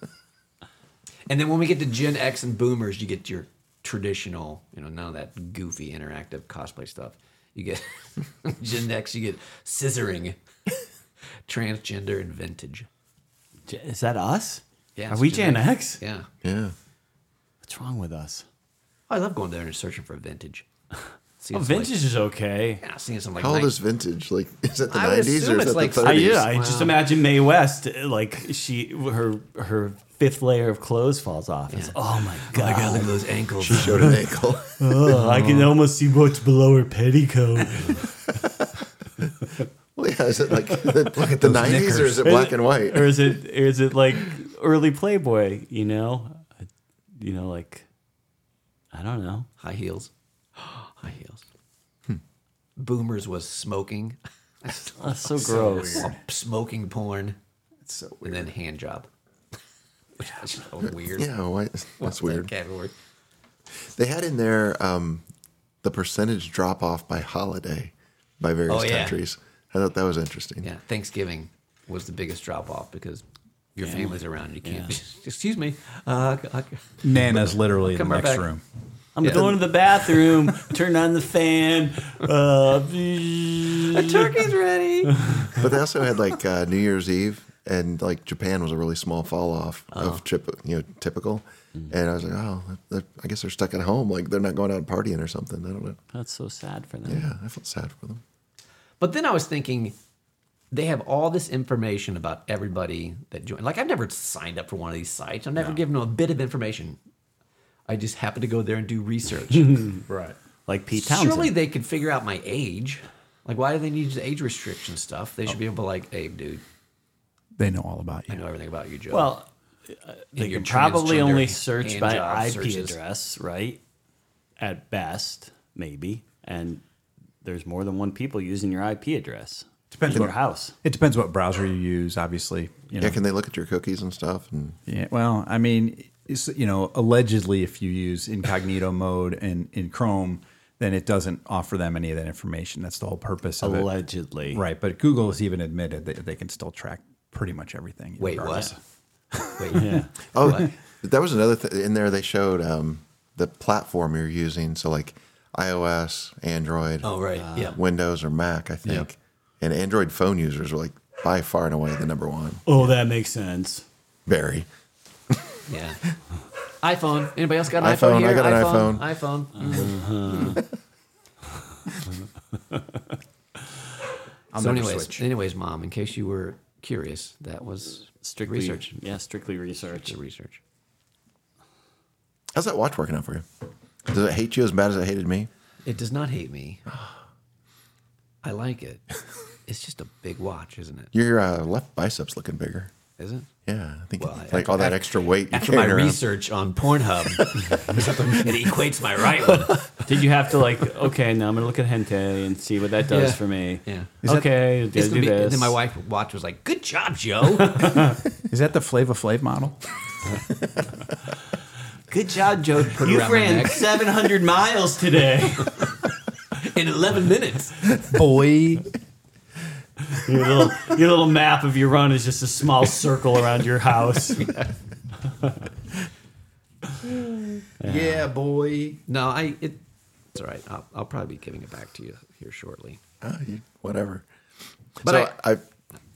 and then when we get to Gen X and Boomers, you get your traditional, you know, none of that goofy interactive cosplay stuff. You get Gen X, you get scissoring, transgender, and vintage.
J- Is that us?
Yeah,
Are
it's
we
Gen
Gen X?
Yeah. Oh,
Yeah.
What's wrong with us?
I love going there and searching for vintage. Seeing
Oh,
some,
vintage is okay.
Like, yeah, seeing some like.
How old
nine-
is vintage? Like, is that the
I would
90s
assume
or is
it's
that
like-
the
I,
30s?
yeah, I just imagine Mae West uh, like she her her fifth layer of clothes falls off. It's,
Yeah.
oh my
I
god!
gotta look at those ankles.
Showed an ankle.
Ugh, I can almost see what's below her petticoat.
well, yeah. Is it like the, the 90s or is it black and white?
or is it or is it like early Playboy? You know, I- you know, like I don't know.
High heels. High heels. Boomers was smoking.
That's so gross.
smoking porn
It's so
and then hand job. Which is so weird.
Yeah. Why?
What's
That's
that
weird.
category?
They had in there um, the percentage drop off by holiday by various
Oh, yeah.
countries. I thought that was interesting.
Yeah, Thanksgiving was the biggest drop off because your family's around. You can't. Excuse me. Uh, I- I-
Nana's literally in the
Come right
next
back.
room.
I'm going to the bathroom. turn on the fan. Uh,
the turkey's ready.
But they also had like uh, New Year's Eve, and like Japan was a really small fall off
Uh-huh.
of trip, you know, typical.
Mm-hmm.
And I was like, oh, they're- I guess they're stuck at home. Like they're not going out and partying or something. I don't know.
that's so sad for them.
Yeah, I felt sad for them.
But then I was thinking, they have all this information about everybody that joined. Like I've never signed up for one of these sites. I've never given them a bit of information. I just happened to go there and do research.
Right.
Like Pete Townsend.
Surely they could figure out my age. Like why do they need the age restriction stuff? They should be able to like, hey, dude,
They know all about
I
you.
know everything about you, Joe.
well, uh, they
your
can probably
transgender
only
hand
search by
job
IP
searches.
address, right? At best, maybe. And there's more than one people using your IP address.
Depends
in
on-
your house.
It depends what browser you use, obviously. You know.
Yeah, can they look at your cookies and stuff? And
Yeah, well, I mean, it's, you know, allegedly, if you use incognito mode in, in Chrome, then it doesn't offer them any of that information. That's the whole purpose of it.
Allegedly.
Right. But Google has even admitted that they can still track pretty much everything.
wait,
regardless.
what? Wait,
oh, that was another thing in there. They showed um, the platform you're using. So like iOS, Android,
oh right, yeah.
Windows, or Mac, I think. And Android phone users are like by far and away the number one.
Oh, that makes sense.
Very.
Yeah. iPhone. Anybody else got an
iPhone,
iPhone?
I
here?
got an
iPhone.
I'll
so,
never
anyways,
switch.
anyways, mom, in case you were curious, that was
Strictly
research.
Yeah, strictly research.
The research.
How's that watch working out for you? Does it hate you as bad as it hated me?
It does not hate me. I like it. It's just a big watch, isn't it?
Your uh, left biceps looking bigger.
Is it?
Yeah, I think
Well,
it's
I-
like all that extra weight you
After my
carry around.
research on Pornhub, it equates my right one.
Did you have to like? Okay, now I'm gonna look at hente and see what that does
Yeah.
for me.
Yeah.
Is that-
okay,
It's
did I
gonna
do
be- and
this.
then my wife watch was like, "Good job, Joe."
Is that the Flava Flav model?
Good job, Joe.
it
You
around my
ran
neck.
700 miles today.
In 11 minutes,
Boy.
your, little, your little map of your run is just a small circle around your house.
Yeah, boy.
No, I. It, it's all right. I'll, I'll probably be giving it back to you here shortly.
Oh, you- whatever.
But
so I, I,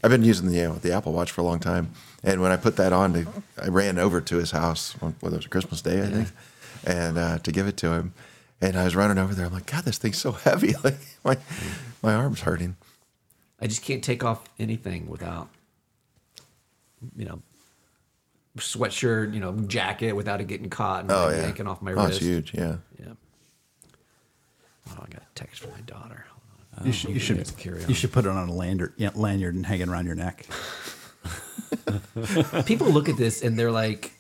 have been using the uh, the Apple Watch for a long time, and when I put that on, to, I ran over to his house, on- whether it was Christmas Day, I think, and uh, to give it to him. And I was running over there. I'm like, God, this thing's so heavy. Like my my arm's hurting.
I just can't take off anything without, you know, sweatshirt, you know, jacket without it getting caught and
Oh
like,
yeah,
yanking off my
oh,
wrist.
it's huge. Yeah.
Yeah. Oh, I got a text from my daughter. Hold on.
You should, you, should,
carry
you should put it on a lander, yeah, lanyard and hang it around your neck.
People look at this and they're like,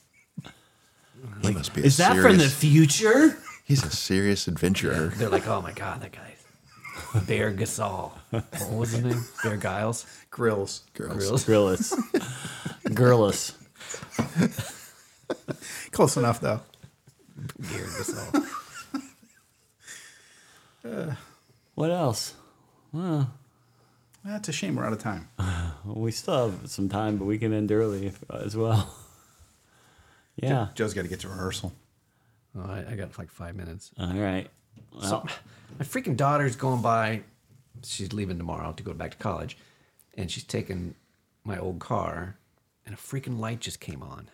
He must be. A
Is that from the
serious-
future?
He's a serious adventurer.
they're like, oh my god, that guy, Bear Gasol. What was his name? Bear Giles.
Grills.
Grills.
Girlus. Girlus.
Close enough, though.
Bear Gasol.
What else?
That's a shame we're out of time.
Well, we still have some time, but we can end early if- as well. Yeah.
Joe's got to get to rehearsal.
Oh, I, I got like five minutes.
All right. Well,
My freaking daughter's going by. She's leaving tomorrow to go back to college, and she's taking my old car, and a freaking light just came on.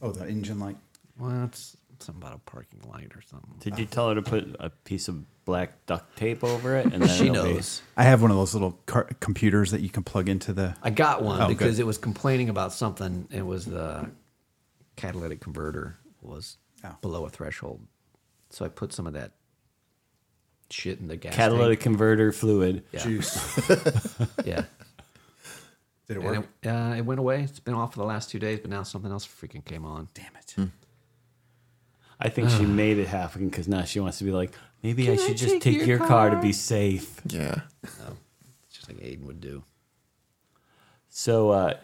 Oh, the engine light.
Well, it's something about a parking light or something.
did you tell her to put a piece of black duct tape over it? And then
She
it'll be-
knows.
I have one of those little car- computers that you can plug into the.
I got one
Oh, good.
because it was complaining about something. It was the catalytic converter was
Oh.
below a threshold, so I put some of that shit in the gas. tank.
catalytic converter fluid.
Yeah.
Juice.
Yeah.
Did it
And it, uh, it went away. It's been off for the last two days, but now something else freaking came on.
Damn it.
I think she made it happen because now she wants to be like, maybe I
Can I
should just
take
take
your
your, car? to
car?
be safe.
Yeah.
It's just like Aiden would do.
So uh,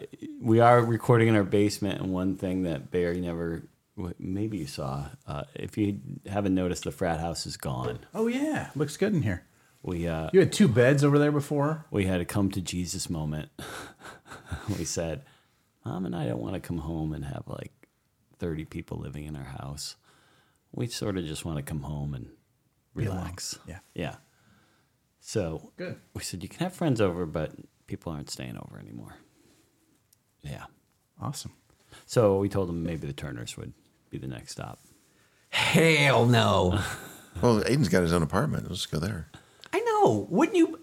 we are recording in our basement, and one thing that Barry never, w- maybe you saw, uh, if you haven't noticed, the frat house is gone.
Oh yeah, looks good in here.
We uh,
You had two beds over there before.
we had a come to Jesus moment. we said, Mom and I don't want to come home and have like 30 people living in our house. We sort of just want to come home and relax.
Yeah.
Yeah. So
Good.
we said, you can have friends over, but people aren't staying over anymore. Yeah.
Awesome.
So we told them maybe the Turners would be the next stop.
Hell no.
Well, Aiden's got his own apartment. Let's go there.
I know. Wouldn't you?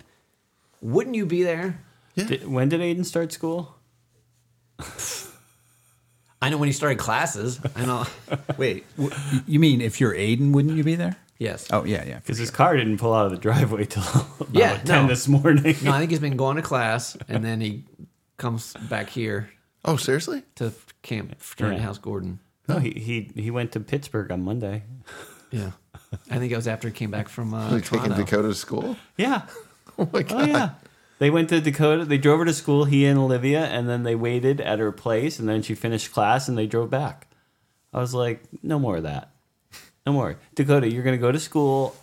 Wouldn't you be there?
Yeah.
Did, when did Aiden start school?
I know when he started classes. I know. Wait.
W- You mean if you're Aiden, wouldn't you be there?
Yes.
Oh yeah, yeah.
Because his car didn't pull out of the driveway till about
Yeah,
10
no.
this morning.
No, I think he's been going to class, and then he comes back here
Oh, seriously?
to camp fraternity
Yeah.
house Gordon.
No, he, he he went to Pittsburgh on Monday.
Yeah. I think it was after he came back from uh,
Like taking
Toronto.
Dakota to school?
Yeah.
Oh my
Oh
god.
yeah. They went to Dakota. They drove her to school, he and Olivia, and then they waited at her place and then she finished class and they drove back. I was like, no more of that. No more. Dakota, you're going to go to school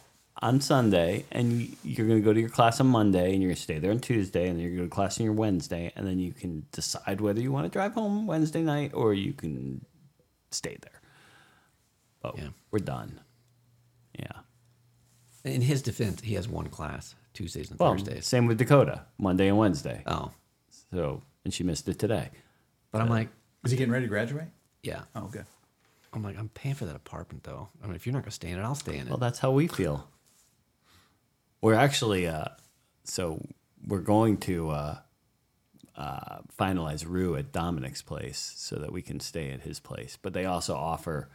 on Sunday and you're going to go to your class on Monday and you're going to stay there on Tuesday and then you're going to go to class on your Wednesday and then you can decide whether you want to drive home Wednesday night or you can stay there. But
Yeah.
we're done. Yeah.
In his defense, he has one class Tuesdays and
Well,
Thursdays.
same with Dakota, Monday and Wednesday.
Oh,
So, and she missed it today.
but I'm like,
Is he getting ready to graduate?
yeah.
Oh, good.
I'm like, I'm paying for that apartment though. I mean, if you're not gonna stay in it, I'll stay in it.
Well, that's how we feel. We're actually, uh, so we're going to uh, uh, finalize Rue at Dominic's place so that we can stay at his place. But they also offer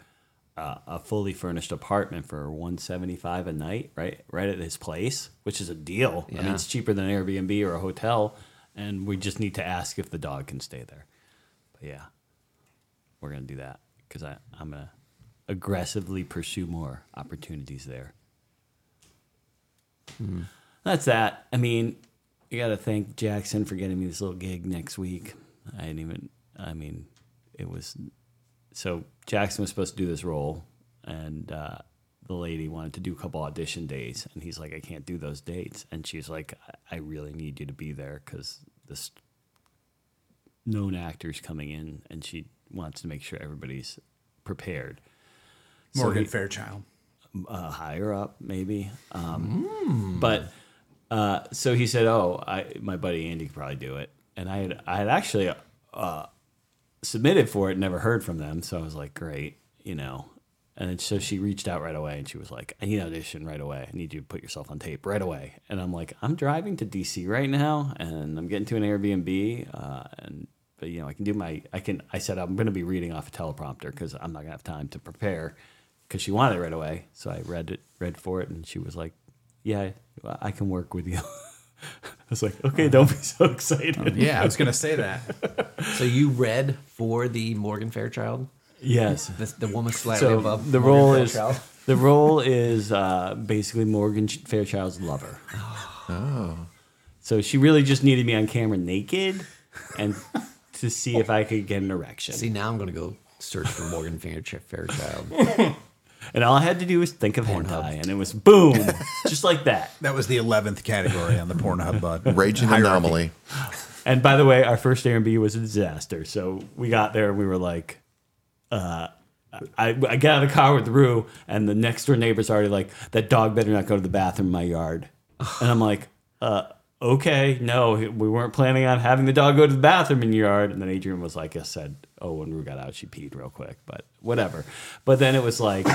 uh, a fully furnished apartment for 175 a night, right? Right at his place, which is a deal. I mean,
Yeah.
it's cheaper than Airbnb or a hotel. And we just need to ask if the dog can stay there. But yeah, we're going to do that because I'm going to aggressively pursue more opportunities there. That's that. I mean, you got to thank Jackson for getting me this little gig next week. I didn't even, I mean, it was so Jackson was supposed to do this role, and uh, the lady wanted to do a couple audition days, and he's like, I can't do those dates, and she's like, "I- I really need you to be there because this known actor's coming in, and she wants to make sure everybody's prepared. So
Morgan
he-
Fairchild.
uh, higher up, maybe. Um, But uh, so he said, "Oh, I, my buddy Andy could probably do it." And I had I had actually uh, submitted for it, never heard from them, so I was like, "Great," you know. And so she reached out right away, and she was like, "I need an audition right away. I need you to put yourself on tape right away." And I'm like, "I'm driving to DC right now, and I'm getting to an Airbnb, uh, and." But you know, I can do my. I can. I said I'm going to be reading off a teleprompter because I'm not going to have time to prepare because she wanted it right away. So I read it, read for it, and she was like, "Yeah, I can work with you." I was like, "Okay, don't be so excited."
Yeah, I was gonna say that.
so you read for the Morgan Fairchild,
Yes.
the, the woman slightly
So
above
the
Morgan
role is
Fairchild?
the role is uh, basically Morgan Fairchild's lover. Oh. So she really just needed me on camera naked, and to see if I could get an erection.
See, now I'm gonna go search for Morgan Fairch- Fairchild.
And all I had to do was think of hentai, and it was boom, just like that.
That was the eleventh category on the Pornhub bud.
Raging anomaly.
And by the way, our first Airbnb was a disaster. So we got there and we were like, uh, I, I get out of the car with Rue, and the next door neighbor's already like, that dog better not go to the bathroom in my yard. And I'm like, uh, okay, no, we weren't planning on having the dog go to the bathroom in your yard. And then Adrian was like, I said, oh, when Rue got out, she peed real quick, but whatever. But then it was like,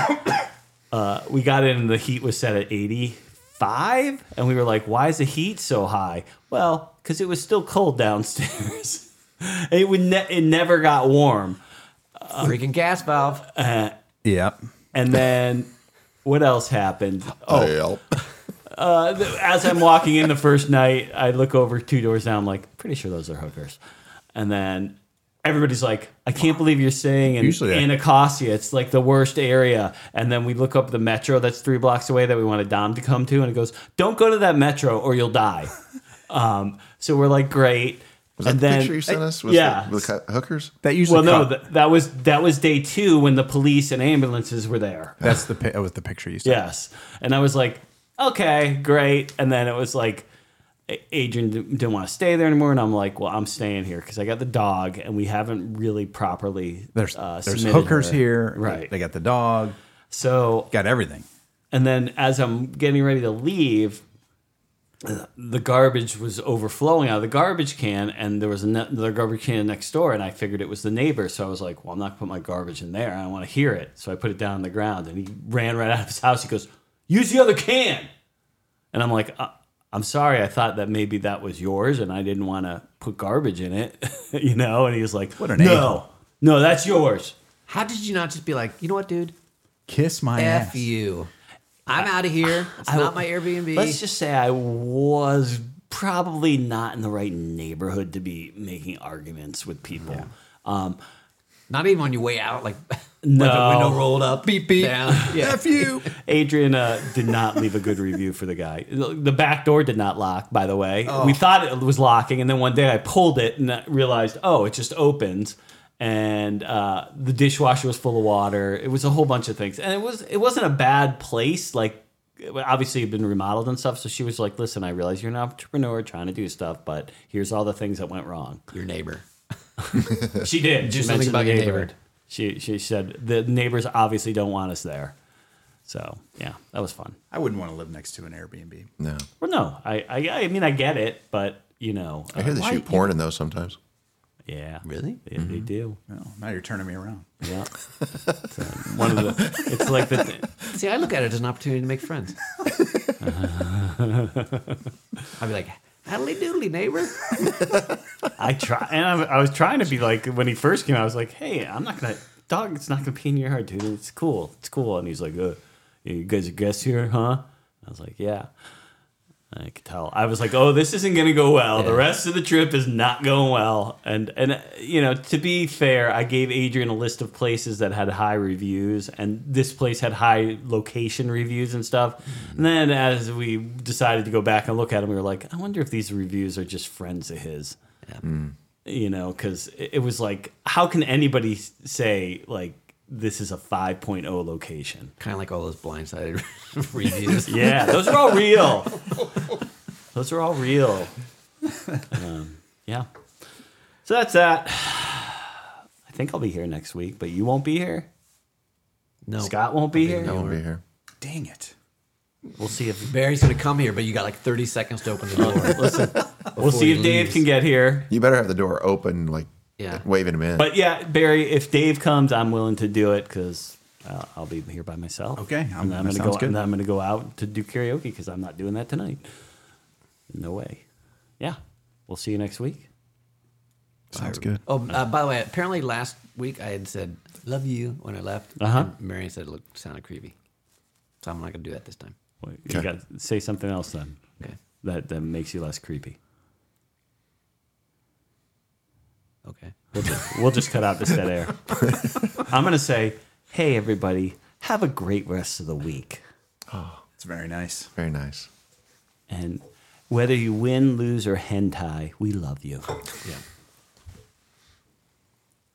Uh, we got in and the heat was set at 85 and we were like why is the heat so high well because it was still cold downstairs it would ne- it never got warm Uh,
Freaking gas valve.
Yep.
and then what else happened oh
Well,
uh, th- as i'm walking in the first night i look over two doors down i'm like pretty sure those are hookers and then everybody's like i can't believe you're staying in,
Usually I-
in Nicosia. It's like the worst area. And then we look up the metro that's three blocks away that we want a Dom to come to, and it goes, "Don't go to that metro or you'll die." um, so we're like, "Great."
Was that
and
the
then,
picture you sent us? Was
yeah.
The, with the co- hookers?
That usually.
well, no,
co-
that, that was that was day two when the police and ambulances were there.
that's the pi- that was the picture you sent.
Yes. And I was like, okay, great. And then it was like, A- Adrian di- didn't want to stay there anymore, and I'm like, well, I'm staying here because I got the dog, and we haven't really properly
There's
uh,
there's
submitted
hookers
her.
here.
right?
They got the dog.
So
Got everything.
and then as I'm getting ready to leave, the garbage was overflowing out of the garbage can, and there was ano- another garbage can next door, and I figured it was the neighbor. So I was like, "Well, I'm not gonna put my garbage in there. I don't want to hear it." So I put it down on the ground, and he ran right out of his house. He goes, "Use the other can," and I'm like, uh, "I'm sorry. I thought that maybe that was yours, and I didn't want to put garbage in it, you know." And he was like,
What an
no, no, that's yours."
How did you not just be like, you know what, dude?
Kiss my
F
ass.
you. I'm out of here. It's not my Airbnb.
Let's just say I was probably not in the right neighborhood to be making arguments with people. Um,
not even on your way out, like with the
No.
window rolled up.
Beep beep.
Down. Yeah.
F you.
Adrian uh, did not leave a good review for the guy. The back door did not lock, by the way. We thought it was locking, and then one day I pulled it and I realized, oh, it just opened. And uh, the dishwasher was full of water. It was a whole bunch of things, and it was it wasn't a bad place. Like it obviously had been remodeled and stuff. So she was like, "Listen, I realize you're an entrepreneur trying to do stuff, but here's all the things that went wrong."
Your neighbor.
She did. She
something
mentioned
about
the
your
neighbor.
neighbor.
She she said the neighbors obviously don't want us there. So yeah, that was fun.
I wouldn't want to live next to an Airbnb.
No,
Well, no, I I, I mean I get it, but you know,
I hear
uh,
they shoot porn in those sometimes.
yeah,
Really? Mm-hmm.
they, they do.
No, now you're turning me around.
Yeah, It's, uh, one of the. It's like the.
See, I look at it as an opportunity to make friends. I'd be like, Addly doodly, neighbor.
I try, and I, I was trying to be like when he first came out. I was like, "Hey, I'm not gonna dog. It's not gonna pee in your yard, dude. It's cool. It's cool." And he's like, uh, "You guys are guests here, huh?" I was like, "Yeah." I could tell. I was like, "Oh, this isn't gonna go well. The rest of the trip is not going well." And and uh, you know, to be fair, I gave Adrian a list of places that had high reviews, and this place had high location reviews and stuff. And then as we decided to go back and look at them, we were like, "I wonder if these reviews are just friends of his." you know because it it was like how can anybody s- say like this is a 5.0 location
kind of like all those blindsided reviews.
yeah those are all real those are all real um, yeah so that's that i think i'll be here next week but you won't be here
No,
scott won't be here
I won't be here.
Dang it.
we'll see if
Barry's gonna come here, but you got like 30 seconds to open the door.
listen we'll see
he
if dave
leaves.
can get here
You better have the door open, like
Yeah.
waving him in.
but yeah barry if dave comes i'm willing to do it because I'll be here by myself.
Okay,
and
I'm-
then I'm gonna
that
go.
sounds good.
And then I'm gonna go out to do karaoke because I'm not doing that tonight. No way. Yeah, we'll see you next week.
Sounds good.
Oh, uh, by the way, apparently last week I had said "love you" when I left.
Uh-huh.
and Marion said it looked sounded creepy, so I'm not gonna do that this time.
Well, You got to say something else then
Okay.
that that makes you less creepy.
Okay.
We'll just, we'll just cut out this dead air. I'm gonna say, hey everybody, have a great rest of the week.
It's very nice.
Very nice.
And whether you win, lose, or hentai, we love you.
Yeah.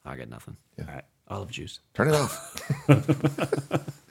I got nothing.
All right.
Olive juice.
Turn it off.